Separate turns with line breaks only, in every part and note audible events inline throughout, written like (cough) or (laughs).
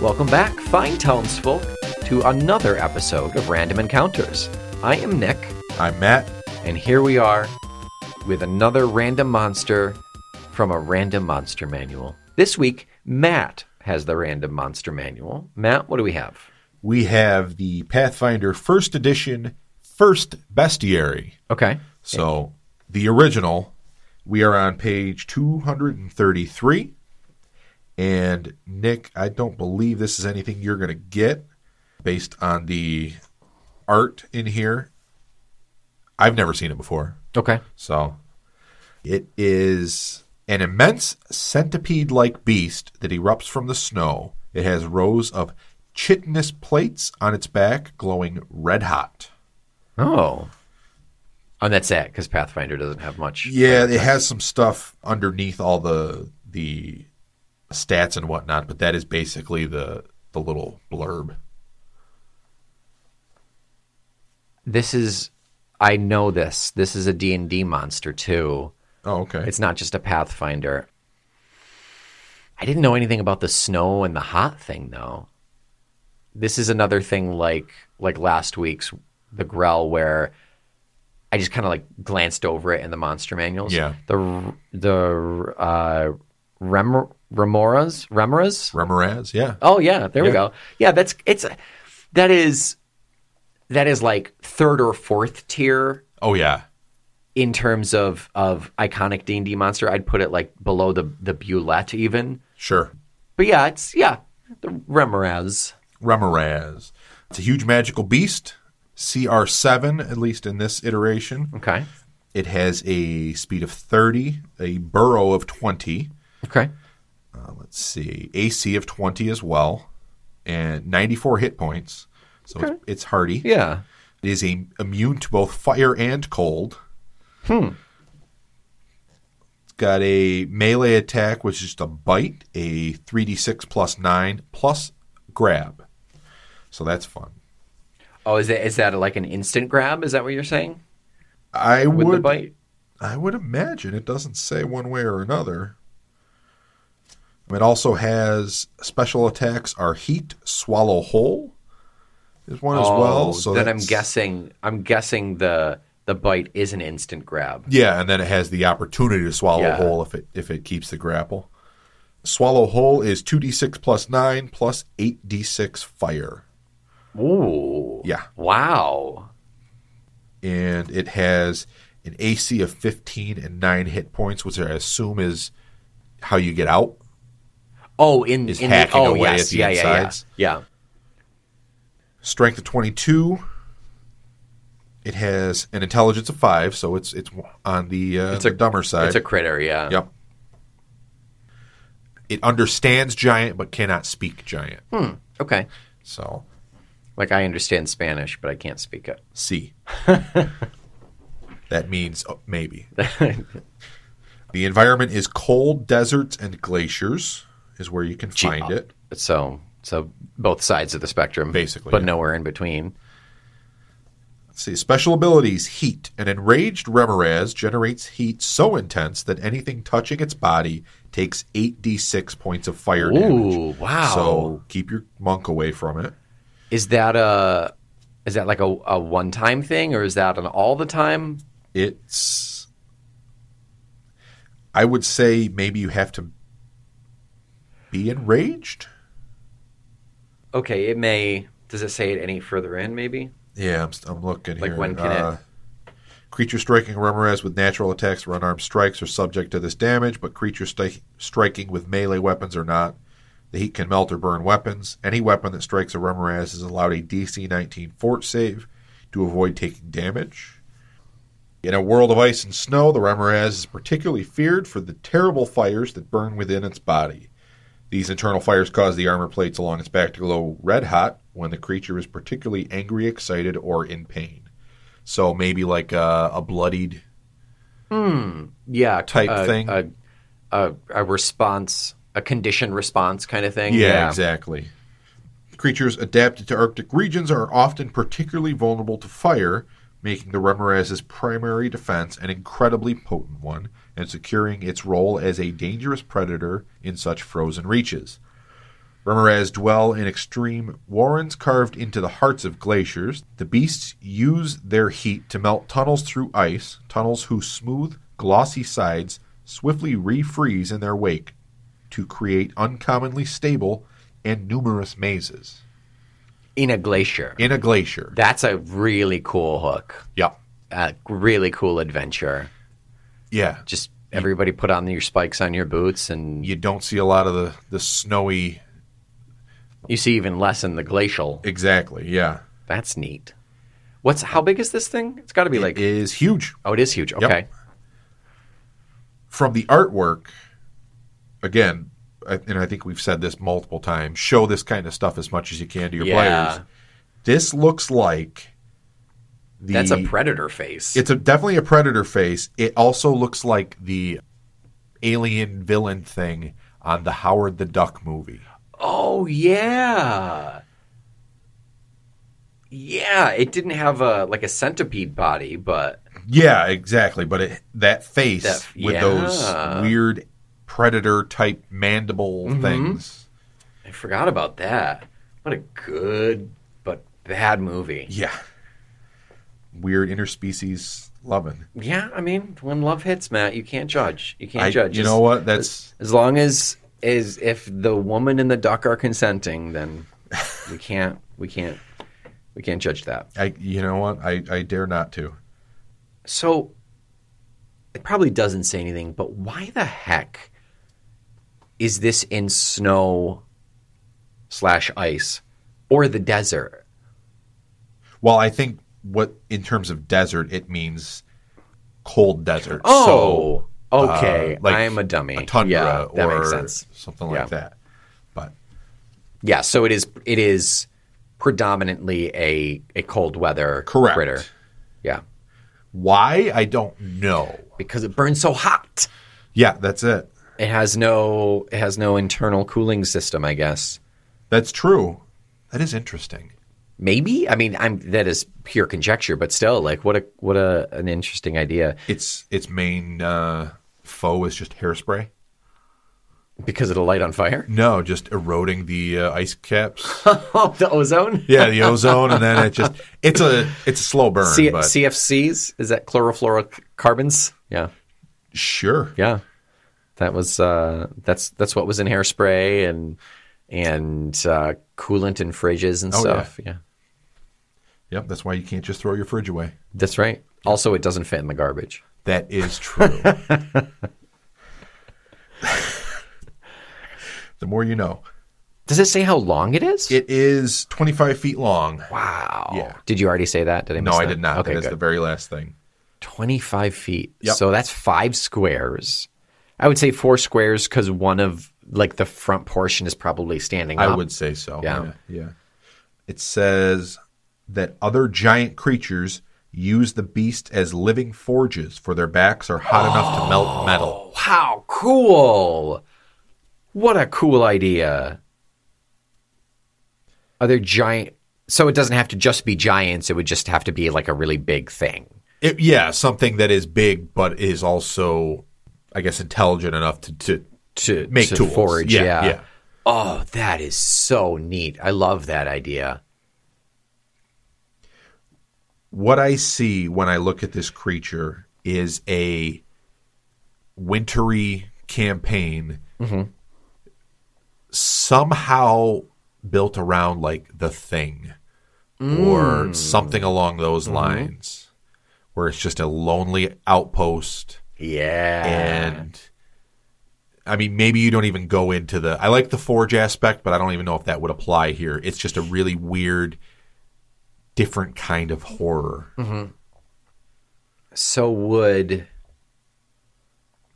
Welcome back, fine townsfolk, to another episode of Random Encounters. I am Nick,
I'm Matt.
and here we are with another random monster from a random monster manual. This week, Matt has the random monster manual. Matt, what do we have?
We have the Pathfinder First Edition First Bestiary.
Okay.
So the original, we are on page 233. And Nick, I don't believe this is anything you're going to get based on the art in here. I've never seen it before.
Okay.
So it is an immense centipede like beast that erupts from the snow. It has rows of chitinous plates on its back glowing red hot.
Oh. And that's it, because Pathfinder doesn't have much.
Yeah, it has some stuff underneath all the the stats and whatnot, but that is basically the the little blurb.
This is, I know this. This is a D&D monster, too.
Oh, okay.
It's not just a Pathfinder. I didn't know anything about the snow and the hot thing though. This is another thing like like last week's the Grell where I just kind of like glanced over it in the monster manuals.
Yeah.
The the uh Rem- Remoras Remoras
Remoraz, yeah.
Oh yeah, there we
Yeah.
go. Yeah, that's it's that is that is like third or fourth tier
Oh yeah.
in terms of of iconic D and D monster, I'd put it like below the the Bulette even.
Sure.
But yeah, it's yeah, the Remoraz.
Remoraz. It's a huge magical beast. CR7 at least in this iteration.
Okay,
It has a speed of 30, a burrow of 20.
okay,
Uh, let's see, AC of 20 as well, and 94 hit points. So it's, it's hardy.
yeah.
It is a, immune to both fire and cold. Hmm. It's got a melee attack, which is just a bite, a 3d6 plus 9 plus grab. So that's fun.
Oh, is that is that like an instant grab? Is that what you're saying
I
with
would
the bite?
I would imagine it doesn't say one way or another. It also has special attacks are heat, swallow whole is one as
oh,
well. So
then I'm
that's-
guessing I'm guessing the the bite is an instant grab.
Yeah, and then it has the opportunity to swallow
Yeah.
whole if it if it keeps the grapple. Swallow whole is two d six plus nine plus eight d six fire,
Ooh,
Yeah.
Wow.
and it has an AC of fifteen and nine hit points, which I assume is how you get out.
Oh, in
Is
in
hacking
the, oh,
away
yes,
at the
yeah, yeah, yeah,
insides.
yeah.
strength of 22 it has an intelligence of 5 so it's it's on the, uh,
It's
the
a-
dumber side
It's a critter, yeah.
yep it understands giant but cannot speak giant
Okay.
so
Like I understand Spanish, but I can't speak it. (laughs)
c that means oh, maybe
(laughs)
the environment is cold deserts and glaciers is where you can find it
So so both sides of the spectrum,
Basically,
but
yeah.
nowhere in between.
Let's see special abilities heat an enraged remoraz generates heat so intense that anything touching its body takes 8d6 points of fire damage
Ooh, wow!
so keep your monk away from it
is that a is that like a, a one time thing, or is that an all the time?
it's i would say maybe you have to be enraged
Okay, it may. Does it say it any further in? Maybe.
yeah i'm, st- I'm looking
Like
here Uh,
when can it-
creature striking remoraz with natural attacks or unarmed strikes are subject to this damage but creatures stri- striking with melee weapons are not The heat can melt or burn weapons. Any weapon that strikes a Remoraz is allowed a DC 19 fort save to avoid taking damage. In a world of ice and snow, the Remoraz is particularly feared for the terrible fires that burn within its body. These internal fires cause the armor plates along its back to glow red hot when the creature is particularly angry, excited, or in pain. So maybe like uh, a, a bloodied.
Hmm, Yeah,
Type
a,
thing.
A, a a response, a condition response kind of thing.
exactly. Creatures adapted to Arctic regions are often particularly vulnerable to fire, making the Remoraz's primary defense an incredibly potent one and securing its role as a dangerous predator in such frozen reaches. Remoras dwell in extreme warrens carved into the hearts of glaciers. The beasts use their heat to melt tunnels through ice, tunnels whose smooth, glossy sides swiftly refreeze in their wake to create uncommonly stable and numerous mazes.
in a glacier.
In a glacier.
That's a really cool hook.
Yeah.
A really cool adventure.
Yeah.
Just everybody put on your spikes on your boots, and
You don't see a lot of the, the snowy.
you see even less in the glacial.
Exactly. Yeah.
That's neat. What's how big is this thing? It's got to be like
it is huge.
oh, it is huge. Okay,
from the artwork, again, I- and I think we've said this multiple times, show this kind of stuff as much as you can to your
Yeah.
players. This looks like the
that's a predator face.
It's a, definitely a predator face. It also looks like the alien villain thing on the Howard the Duck movie.
oh yeah, yeah. It didn't have a like a centipede body, but
Yeah, exactly. But it, that face
That-
with
yeah. Mm-hmm.
those weird predator type mandible things.
I forgot about that. What a good but bad movie.
Yeah. Weird interspecies loving.
Yeah, I mean, when love hits, Matt, you can't judge. You can't
I-
judge.
You
As-
know what? That's
as long as is if the woman and the duck are consenting, (laughs) then we can't we can't we can't judge that.
I. You know what? I. I dare not to.
So it probably doesn't say anything, but why the heck is this in snow slash ice or the desert?
Well, I think what in terms of desert it means cold desert.
Oh,
So, uh,
okay.
like
I am a dummy.
A tundra
yeah, that
or
makes sense.
something
Yeah.
like that. But
Yeah, so it is it is predominantly a a cold weather
Correct.
critter. Yeah,
why? I don't know.
because it burns so hot.
Yeah, that's it.
It has no it has no internal cooling system, I guess.
That's true. That is interesting.
Maybe? I mean, I'm that is pure conjecture, but still like what a what a an interesting idea
Its its main uh, foe is just hairspray.
because it'll light on fire. (laughs)
No, just eroding the uh, ice caps.
oh, the ozone?
yeah, the ozone, and then it just it's a it's a slow burn.
C-
but
CFCs is that chlorofluorocarbons? Yeah.
sure.
Yeah. That was uh that's that's what was in hairspray and and uh coolant in fridges and
Oh,
stuff. yeah.
Yep, that's why you can't just throw your fridge away.
That's right. Also it doesn't fit in the garbage.
That
(laughs)
is true. the more you know.
Does it say how long it is?
It is 25 feet long.
wow.
Yeah.
Did you already say that? Did I
No,
miss
I
that?
did not.
Okay,
that is
good.
the very last thing.
25 feet.
Yep.
So that's five squares. I would say four squares because one of like the front portion is probably standing
I
up.
would say so.
Yeah.
yeah. yeah. It says that other giant creatures use the beast as living forges for their backs are hot enough to
Oh.
melt metal.
Wow, cool. What a cool idea. Are there giant? So it doesn't have to just be giants. It would just have to be like a really big thing.
It, yeah, something that is big but is also I guess intelligent enough to, to
to
make
to
tools.
forge. Yeah,
Yeah, yeah.
Oh, that is so neat. I love that idea.
what I see when I look at this creature is a wintry campaign somehow built around like the thing or something along those lines where it's just a lonely outpost
Yeah.
and I mean, maybe you don't even go into the. I like the forge aspect, but I don't even know if that would apply here. It's just a really weird, different kind of horror.
so would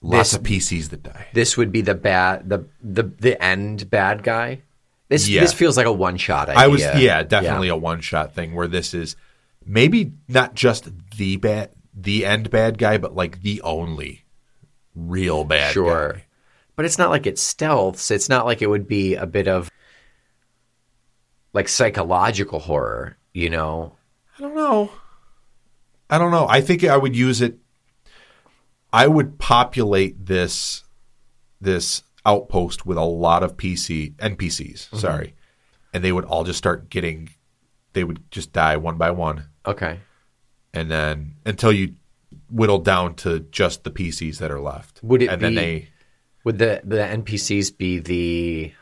Lots
This-
of PCs that die.
this would be the bad the the the end bad guy? This
Yeah.
this feels like a one shot idea.
I was, uh, yeah, definitely a one shot thing where this is maybe not just the bad, the end bad guy, but like the only real bad.
sure.
guy.
But it's not like it's stealths. It's not like it would be a bit of like psychological horror, you know?
I don't know. I don't know. I think I would use it. I would populate this this outpost with a lot of PC NPCs. Sorry, and they would all just start getting. They would just die one by one,
Okay.
and then until you whittle down to just the PCs that are left.
Would it
and then
be-
they
Would the the NPCs be the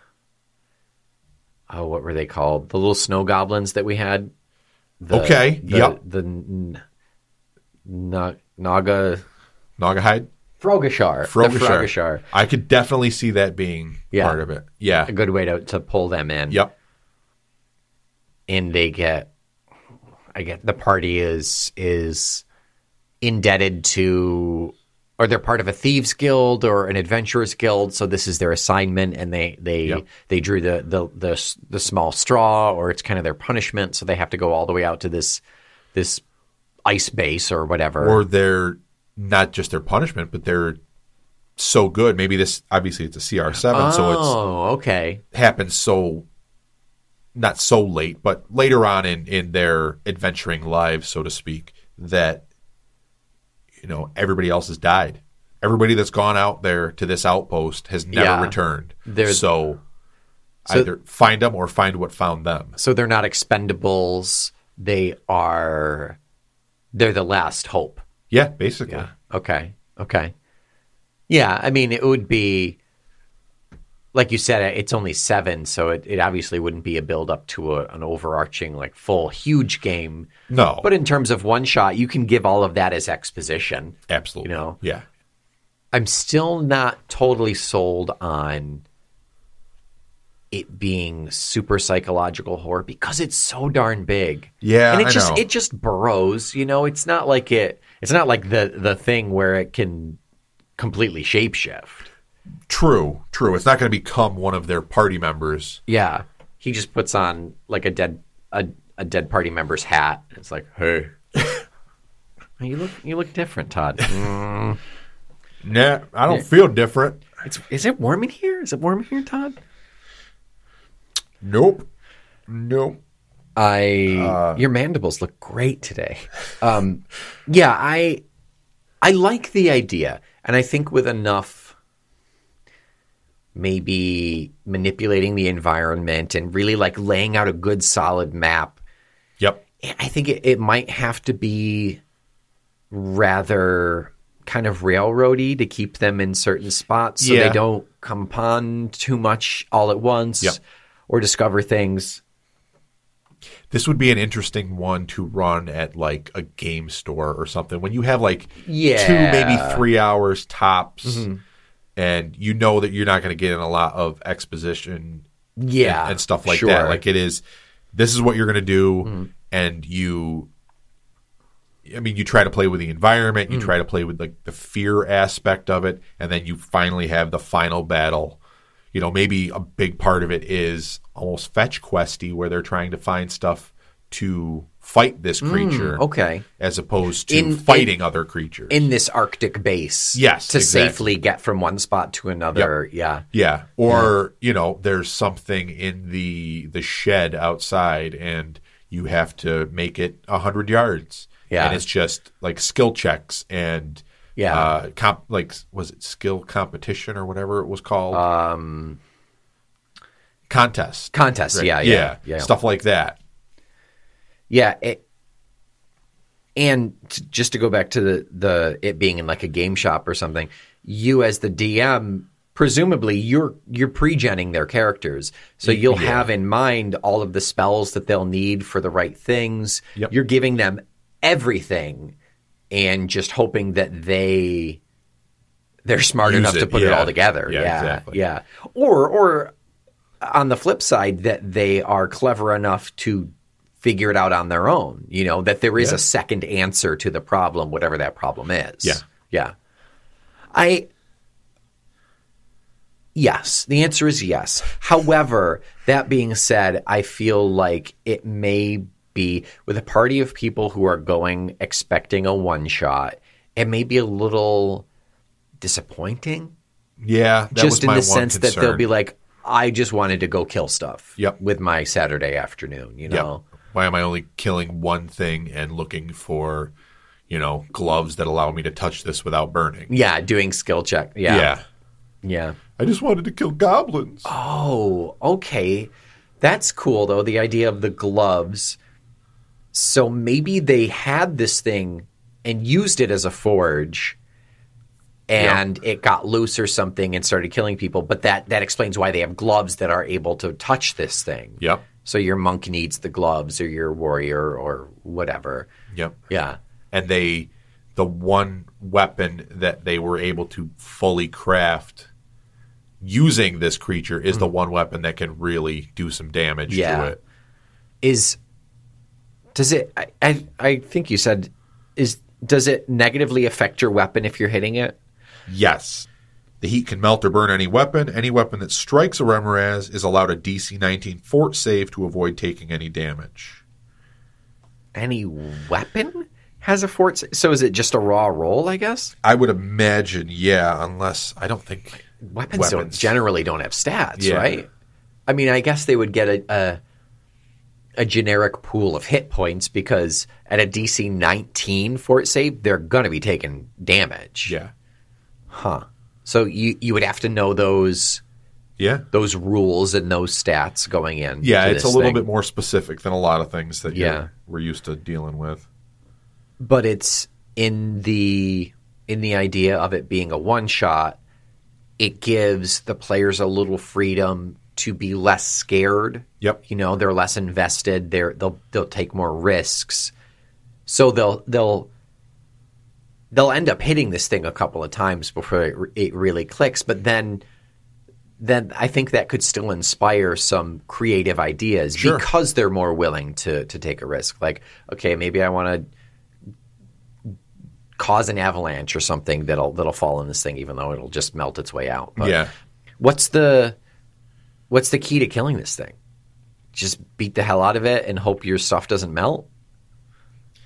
oh what were they called? The little snow goblins that we had. The,
Okay,
The,
yep.
The n- na, Naga
Nagahide?
Frogashar. The
Frogashar.
Frogashar.
I could definitely see that being
Yeah.
part of it. Yeah.
A good way to to pull them in.
Yep.
and they get I get the party is is indebted to or they're part of a thieves guild or an adventurers guild so this is their assignment and they they
Yep.
they drew the, the the s- the small straw or it's kind of their punishment so they have to go all the way out to this this ice base or whatever
Or they're not just their punishment, but they're so good. Maybe this obviously it's a CR7,
oh
so
okay
it happens so not so late, but later on in in their adventuring lives, so to speak, that you know everybody else has died. Everybody that's gone out there to this outpost has never
Yeah.
returned.
They're-
so,
So-
either find them or find what found them.
so they're not expendables they are they're the last hope
Yeah, basically.
Okay. Okay. Yeah. I mean, it would be, like you said, it's only seven, so it, it obviously wouldn't be a build up to a, an overarching, like, full, huge game.
No,
But in terms of one shot, you can give all of that as exposition.
absolutely.
you know.
yeah,
I'm still not totally sold on it being super psychological horror because it's so darn big.
Yeah,
and it
I
just
know.
it just burrows. You know, it's not like it. It's not like the the thing where it can completely shapeshift.
true, true. It's not going to become one of their party members.
Yeah, he just puts on like a dead a, a dead party member's hat. It's like, (laughs) hey, you look you look different, Todd.
Nah, I don't feel different.
(laughs) it's, is it warm in here? Is it warm in here, Todd?
Nope, nope.
I
Um,
your mandibles look great today. Um, yeah, I I like the idea, and I think with enough maybe manipulating the environment and really like laying out a good solid map, eh,
Yep.
I think it, it might have to be rather kind of railroady to keep them in certain spots so
Yeah.
they don't come upon too much all at once
Yep.
or discover things.
This would be an interesting one to run at like a game store or something when you have like two,
Yeah.
maybe three hours tops, and you know that you're not going to get in a lot of exposition
Yeah,
and, and stuff like
sure. Mm-hmm.
that. Like it is, this is what you're going to do, and you. I mean, you try to play with the environment,
Mm.
you try to play with like the fear aspect of it, and then you finally have the final battle. You know, maybe a big part of it is almost fetch questy, where they're trying to find stuff to fight this creature,
Hmm, Okay.
as opposed to
Mm, oh, In- in-
fighting other creatures.
In this Arctic base.
Yes,
To
exactly.
safely get from one spot to another. Yeah.
Yeah, or you know, there's something in the the shed outside, and you have to make it a hundred yards.
Yeah.
and it's just like skill checks and
Yeah.
uh, comp, like was it skill competition or whatever it was called?
Uh,
Um, contest.
Contest. Yeah, yeah.
yeah,
yeah.
stuff like that.
Yeah. It, and t just to go back to the, the it being in like a game shop or something, you as the DM, presumably you're you're pre-genning their characters, so you'll have in mind all of the spells that they'll need for the right things.
Yep.
You're giving them everything, and just hoping that they they're smart
Use
enough
it,
to put it
yeah.
all together.
Yeah,
Yeah,
exactly.
yeah. Or or on the flip side, that they are clever enough to figure it out on their own. You know that there is
Yeah.
a second answer to the problem, whatever that problem is.
Yeah.
yeah. I yes, the answer is yes. However, that being said, I feel like it may be with a party of people who are going expecting a one shot. It may be a little disappointing
Yeah, that was
just in
my
the
one
sense that they'll
concern.
be like, I just wanted to go kill stuff
Yep.
with my Saturday afternoon, you
Yep.
know?
Why am I only killing one thing and looking for, you know, gloves that allow me to touch this without burning?
Yeah, doing skill check. Yeah.
yeah.
Yeah. Yeah.
I just wanted to kill goblins.
Oh, okay. That's cool though, the idea of the gloves. So maybe they had this thing and used it as a forge and it got loose or something and started killing people, but that that explains why they have gloves that are able to touch this thing.
Yep.
So your monk needs the gloves or your warrior or whatever.
Yep.
Yeah.
and they the one weapon that they were able to fully craft using this creature is the one weapon that can really do some damage
Hmm. Yeah.
to it.
is does it I, I I think you said is does it negatively affect your weapon if you're hitting it?
Yes. The heat can melt or burn any weapon. Any weapon that strikes a Remoraz is allowed a DC 19 fort save to avoid taking any damage.
Any weapon has a fort sa- so is it just a raw roll, I guess?
I would imagine, yeah, unless I don't think.
Weapons, don't
Weapons.
generally don't have stats,
Yeah.
right? I mean, I guess they would get a, a a generic pool of hit points because at a DC 19 fort save, they're going to be taking damage.
Yeah.
Huh. So you you would have to know those
Yeah.
those rules and those stats going in.
Yeah,
to
it's a
this
little
thing.
bit more specific than a lot of things that
Yeah.
you're- we're used to dealing with.
but it's in the in the idea of it being a one shot. It gives the players a little freedom to be less scared.
Yep.
You know, they're less invested. They're they'll they'll take more risks. So they'll they'll they'll end up hitting this thing a couple of times before it, re- it really clicks. But then then I think that could still inspire some creative ideas
Sure.
because they're more willing to to take a risk. Like, okay, maybe I want to cause an avalanche or something that'll that'll fall in this thing, even though it'll just melt its way out. But
Yeah.
What's the what's the key to killing this thing? Just beat the hell out of it and hope your stuff doesn't melt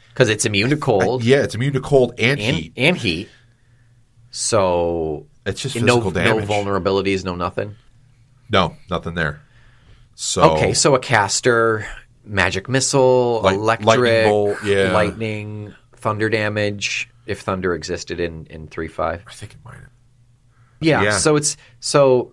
because it's immune to cold
Yeah, it's immune to cold and,
and
heat.
and heat. So
It's just
no
physical
no
damage.
vulnerabilities, no nothing.
No, nothing there. So
Okay, so a caster, magic missile,
Oh. Light-
electric,
lightning bolt, yeah.
lightning, thunder damage. If thunder existed in in three five,
I think it might. have-
yeah,
Yeah.
So it's so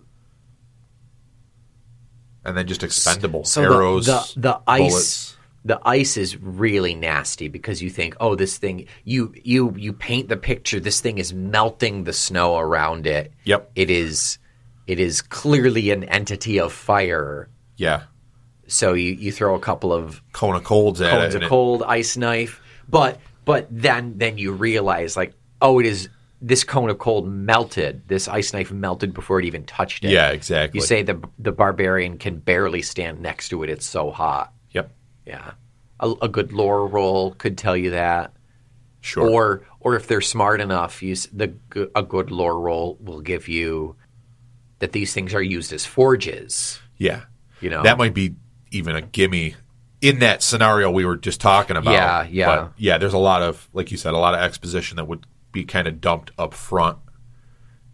And then just expendable
so the-
arrows.
The, the, ice.
bullets.
The ice is really nasty because you think, oh, this thing. You you you paint the picture. This thing is melting the snow around it.
Yep.
It is, it is clearly an entity of fire.
Yeah.
So you you throw a couple of
Cone of colds at
cones
it. and
a
it-
cold ice knife but but then then you realize like oh it is this cone of cold melted this ice knife melted before it even touched it
Yeah, exactly.
you say the the barbarian can barely stand next to it it's so hot
Yep.
yeah a, a good lore roll could tell you that
Sure.
or or if they're smart enough you s- the g- a good lore roll will give you that these things are used as forges
yeah.
you know
That might be even a gimme in that scenario we were just talking about.
Yeah, yeah.
But yeah, there's a lot of like you said, a lot of exposition that would be kind of dumped up front.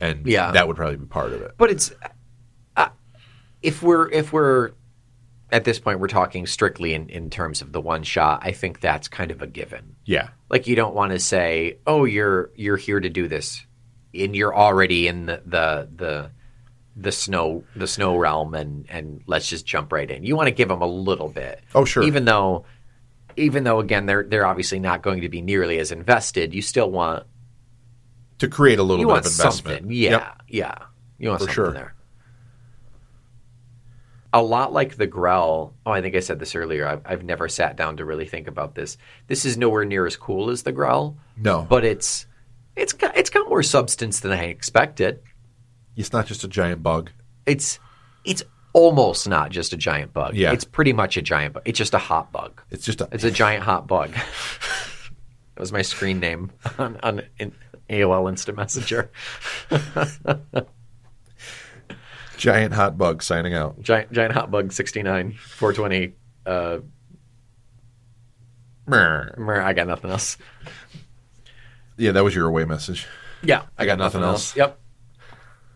And
Yeah.
that would probably be part of it.
but it's uh, if we're if we're at this point we're talking strictly in, in terms of the one shot i think that's kind of a given
Yeah.
like you don't want to say oh you're you're here to do this and you're already in the the the, the snow the snow realm and and let's just jump right in you want to give them a little bit
Oh, sure.
even though even though again they're they're obviously not going to be nearly as invested you still want
To create a little
you
bit
want
of investment.
something. Yeah,
Yep.
yeah. You want
For
something
sure.
there. A lot like the Grell. Oh, I think I said this earlier. I've, I've never sat down to really think about this. This is nowhere near as cool as the Grell,
No. But
but it's it's got it's got more substance than I expected.
it's not just a giant bug.
It's it's almost not just a giant bug.
Yeah.
it's pretty much a giant bug. It's just a hot bug.
It's just a
It's a giant hot bug.
(laughs)
that was my screen name on, on in AOL Instant Messenger.
giant hot bug signing out.
giant giant hot bug 69 420 uh
Meh.
mer- i got nothing else
Yeah, that was your away message.
yeah
I got nothing else.
yep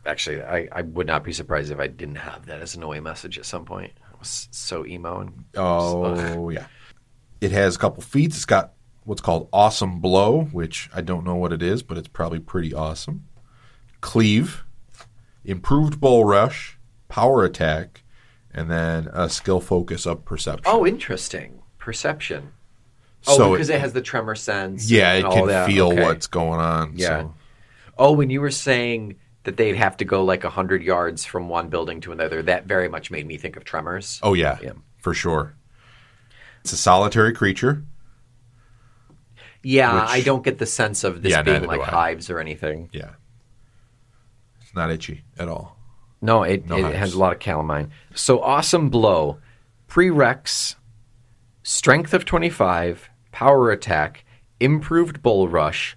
actually i i would not be surprised if i didn't have that as an away message at some point i was so emo and
Oh yeah, it has a couple feats. It's got what's called awesome blow, which I don't know what it is, but it's probably pretty awesome. Cleave. improved bull rush, power attack, and then a skill focus of perception.
Oh, interesting. Perception. Oh,
so
because
it,
it, has the tremor sense.
yeah, it
and all
can
that.
feel
Okay.
what's going on.
Yeah.
So.
Oh, when you were saying that they'd have to go like hundred yards from one building to another, that very much made me think of tremors.
Oh yeah,
Yeah.
for sure. It's a solitary creature.
yeah,
which-
I don't get the sense of this
Yeah,
being
neither do
like
I.
hives or anything.
Yeah, it's not itchy at all.
No, it,
No
it
hives.
has a lot of calamine. So awesome blow, prereqs, strength of 25, power attack, improved bull rush,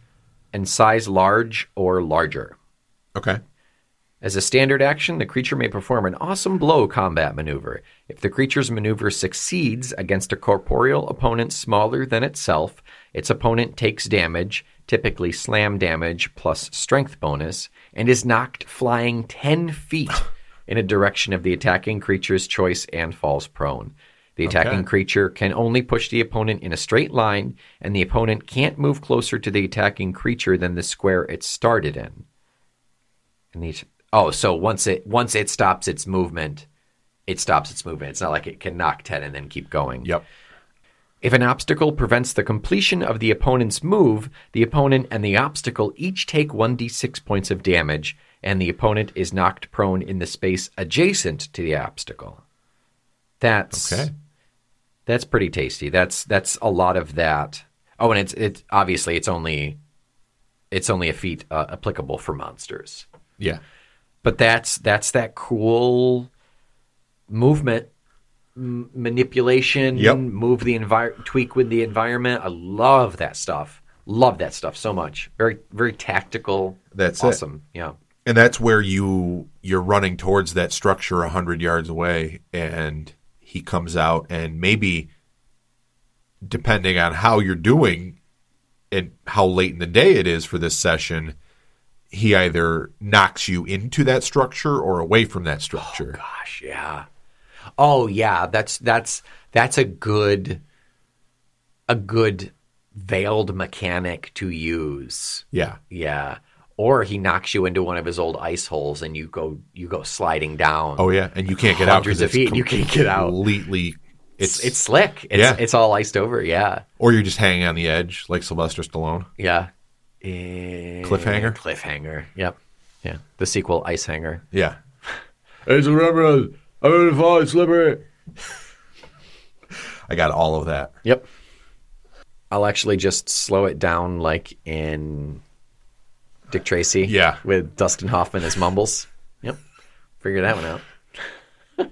and size large or larger.
Okay.
As a standard action, the creature may perform an awesome blow combat maneuver. If the creature's maneuver succeeds against a corporeal opponent smaller than itself, its opponent takes damage, typically slam damage plus strength bonus, and is knocked flying 10 feet in a direction of the attacking creature's choice and falls prone. The attacking
Okay.
creature can only push the opponent in a straight line, and the opponent can't move closer to the attacking creature than the square it started in. And these oh, so once it once it stops its movement, it stops its movement. It's not like it can knock ten and then keep going.
Yep.
If an obstacle prevents the completion of the opponent's move, the opponent and the obstacle each take 1d6 points of damage, and the opponent is knocked prone in the space adjacent to the obstacle. That's
Okay.
that's pretty tasty. That's that's a lot of that. Oh, and it's it's obviously it's only it's only a feat uh, applicable for monsters
Yeah.
but that's that's that cool movement m- manipulation
Yep.
move the environment tweak with the environment i love that stuff love that stuff so much very very tactical
That's it.
awesome yeah
and that's where you you're running towards that structure a hundred yards away, and he comes out, and maybe depending on how you're doing and how late in the day it is for this session, he either knocks you into that structure or away from that structure.
gosh yeah oh yeah that's that's that's a good a good veiled mechanic to use
yeah,
yeah or he knocks you into one of his old ice holes and you go you go sliding down
Oh yeah, and you can't get out. 'cause
Hundreds of
it's
feet, you can't get out.
Completely, it's,
it's it's slick. It's
Yeah.
it's all iced over. Yeah,
or you're just hanging on the edge like Sylvester Stallone.
yeah. Eh,
Cliffhanger?
Cliffhanger. Yep. Yeah. The sequel, Ice Hanger.
(laughs)
Yeah,
It's a rubber. uh, I'm gonna fall slippery.
(laughs) I got all of that.
Yep. I'll actually just slow it down, like in Dick Tracy.
Yeah.
With Dustin Hoffman as Mumbles. Yep. Figure that one out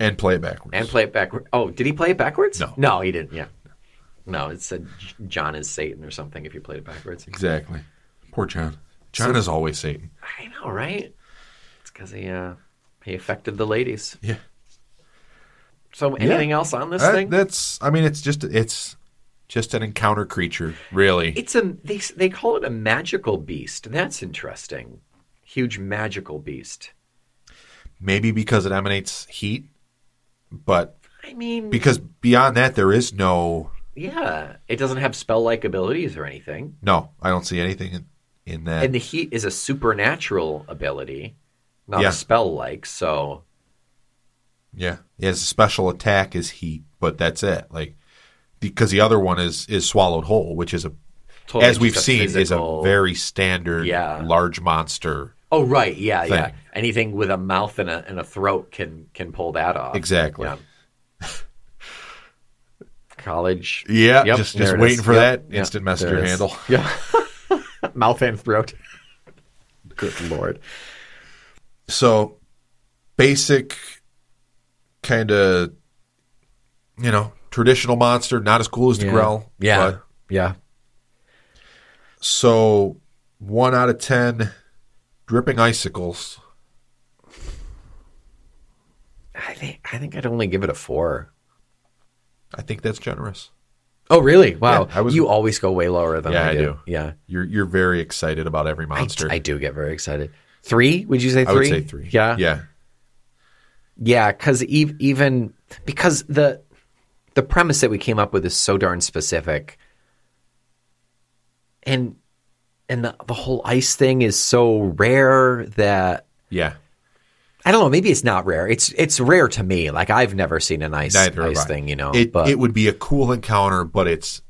And play it backwards.
and play it backward. Oh, did he play it backwards?
No.
No, he didn't. Yeah. No, it said J- John is Satan or something. If you played it backwards.
Exactly. Poor John. John is always Satan.
I know, right? It's because he uh, he affected the ladies.
Yeah. Uh,
So anything else on this
That-
thing?
that's. I mean, it's just it's just an encounter creature, really.
It's a they they call it a magical beast. That's interesting. Huge magical beast.
Maybe because it emanates heat, but
I mean,
because beyond that, there is no
yeah, it doesn't have spell like abilities or anything.
no. I don't see anything in, in that.
And the heat is a supernatural ability, not
Yeah.
a spell like. So
yeah, his special attack is heat, but that's it. Like because the other one is is swallowed whole, which is a
totally
as we've
just
seen is a
physical-
very standard
Yeah.
large monster.
oh right yeah yeah
thing.
anything with a mouth and a and a throat can can pull that off
Exactly.
Yeah. (laughs) college
Yeah,
Yep,
just
there
just
it
waiting
is.
for
Yep,
that
yep,
instant messenger
there it is.
handle.
(laughs) Yeah. Mouth and throat. Good lord.
so basic kind of you know traditional monster not as cool as the grell but-
yeah.
so one out of ten dripping icicles
I think I think I'd only give it a four.
i think that's generous
Oh really? Wow.
Yeah, I was-
you always go way lower than
Yeah,
I,
I
do.
do.
Yeah.
you're you're very excited about every
I,
monster
I do get very excited. Three? Would you say three?
I would say three
Yeah.
yeah
Yeah, because even because the the premise that we came up with is so darn specific, and and the, the whole ice thing is so rare that
Yeah.
I don't know. Maybe it's not rare. It's it's rare to me. Like I've never seen an ice
Neither have
ice
I.
thing. You know,
It
but
it would be a cool encounter, but it's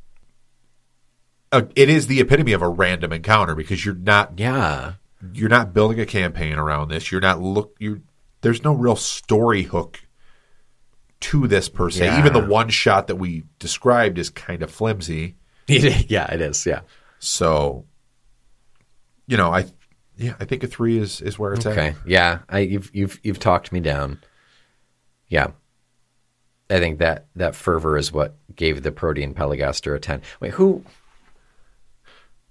a, it is the epitome of a random encounter because you're not
yeah, (laughs)
you're not building a campaign around this. You're not look you there's no real story hook to this per se.
Yeah.
Even the one shot that we described is kind of flimsy.
yeah, it is. Yeah.
So you know, I yeah, I think a 3 is is where it's
Okay.
at.
Yeah. I you've you've you've talked me down. Yeah. I think that that fervor is what gave the protean pelagoster a ten. Wait, who?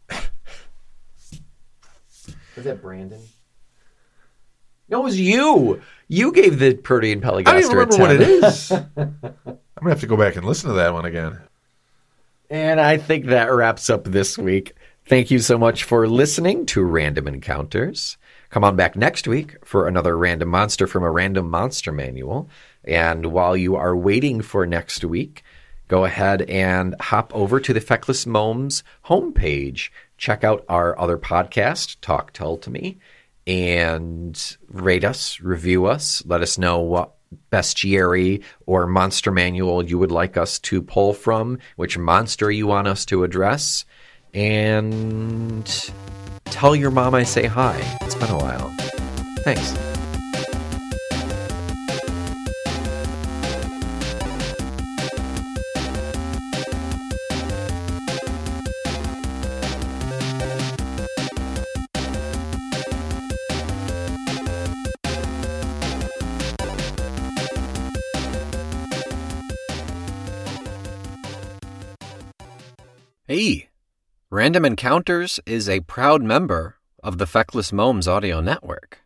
Was that Brandon? No, it was you. You gave the protean pelagoster
I don't even
a
remember
10.
what it is. I'm going to have to go back and listen to that one again.
And I think that wraps up this week. Thank you so much for listening to Random Encounters. Come on back next week for another random monster from a random monster manual. And while you are waiting for next week, go ahead and hop over to the Feckless Momes homepage. Check out our other podcast, Talk Tell to Me, and rate us, review us, let us know what bestiary or monster manual you would like us to pull from, which monster you want us to address, and tell your mom I say hi. It's been a while. Thanks.
Hey! Random Encounters is a proud member of the Feckless Momes Audio Network.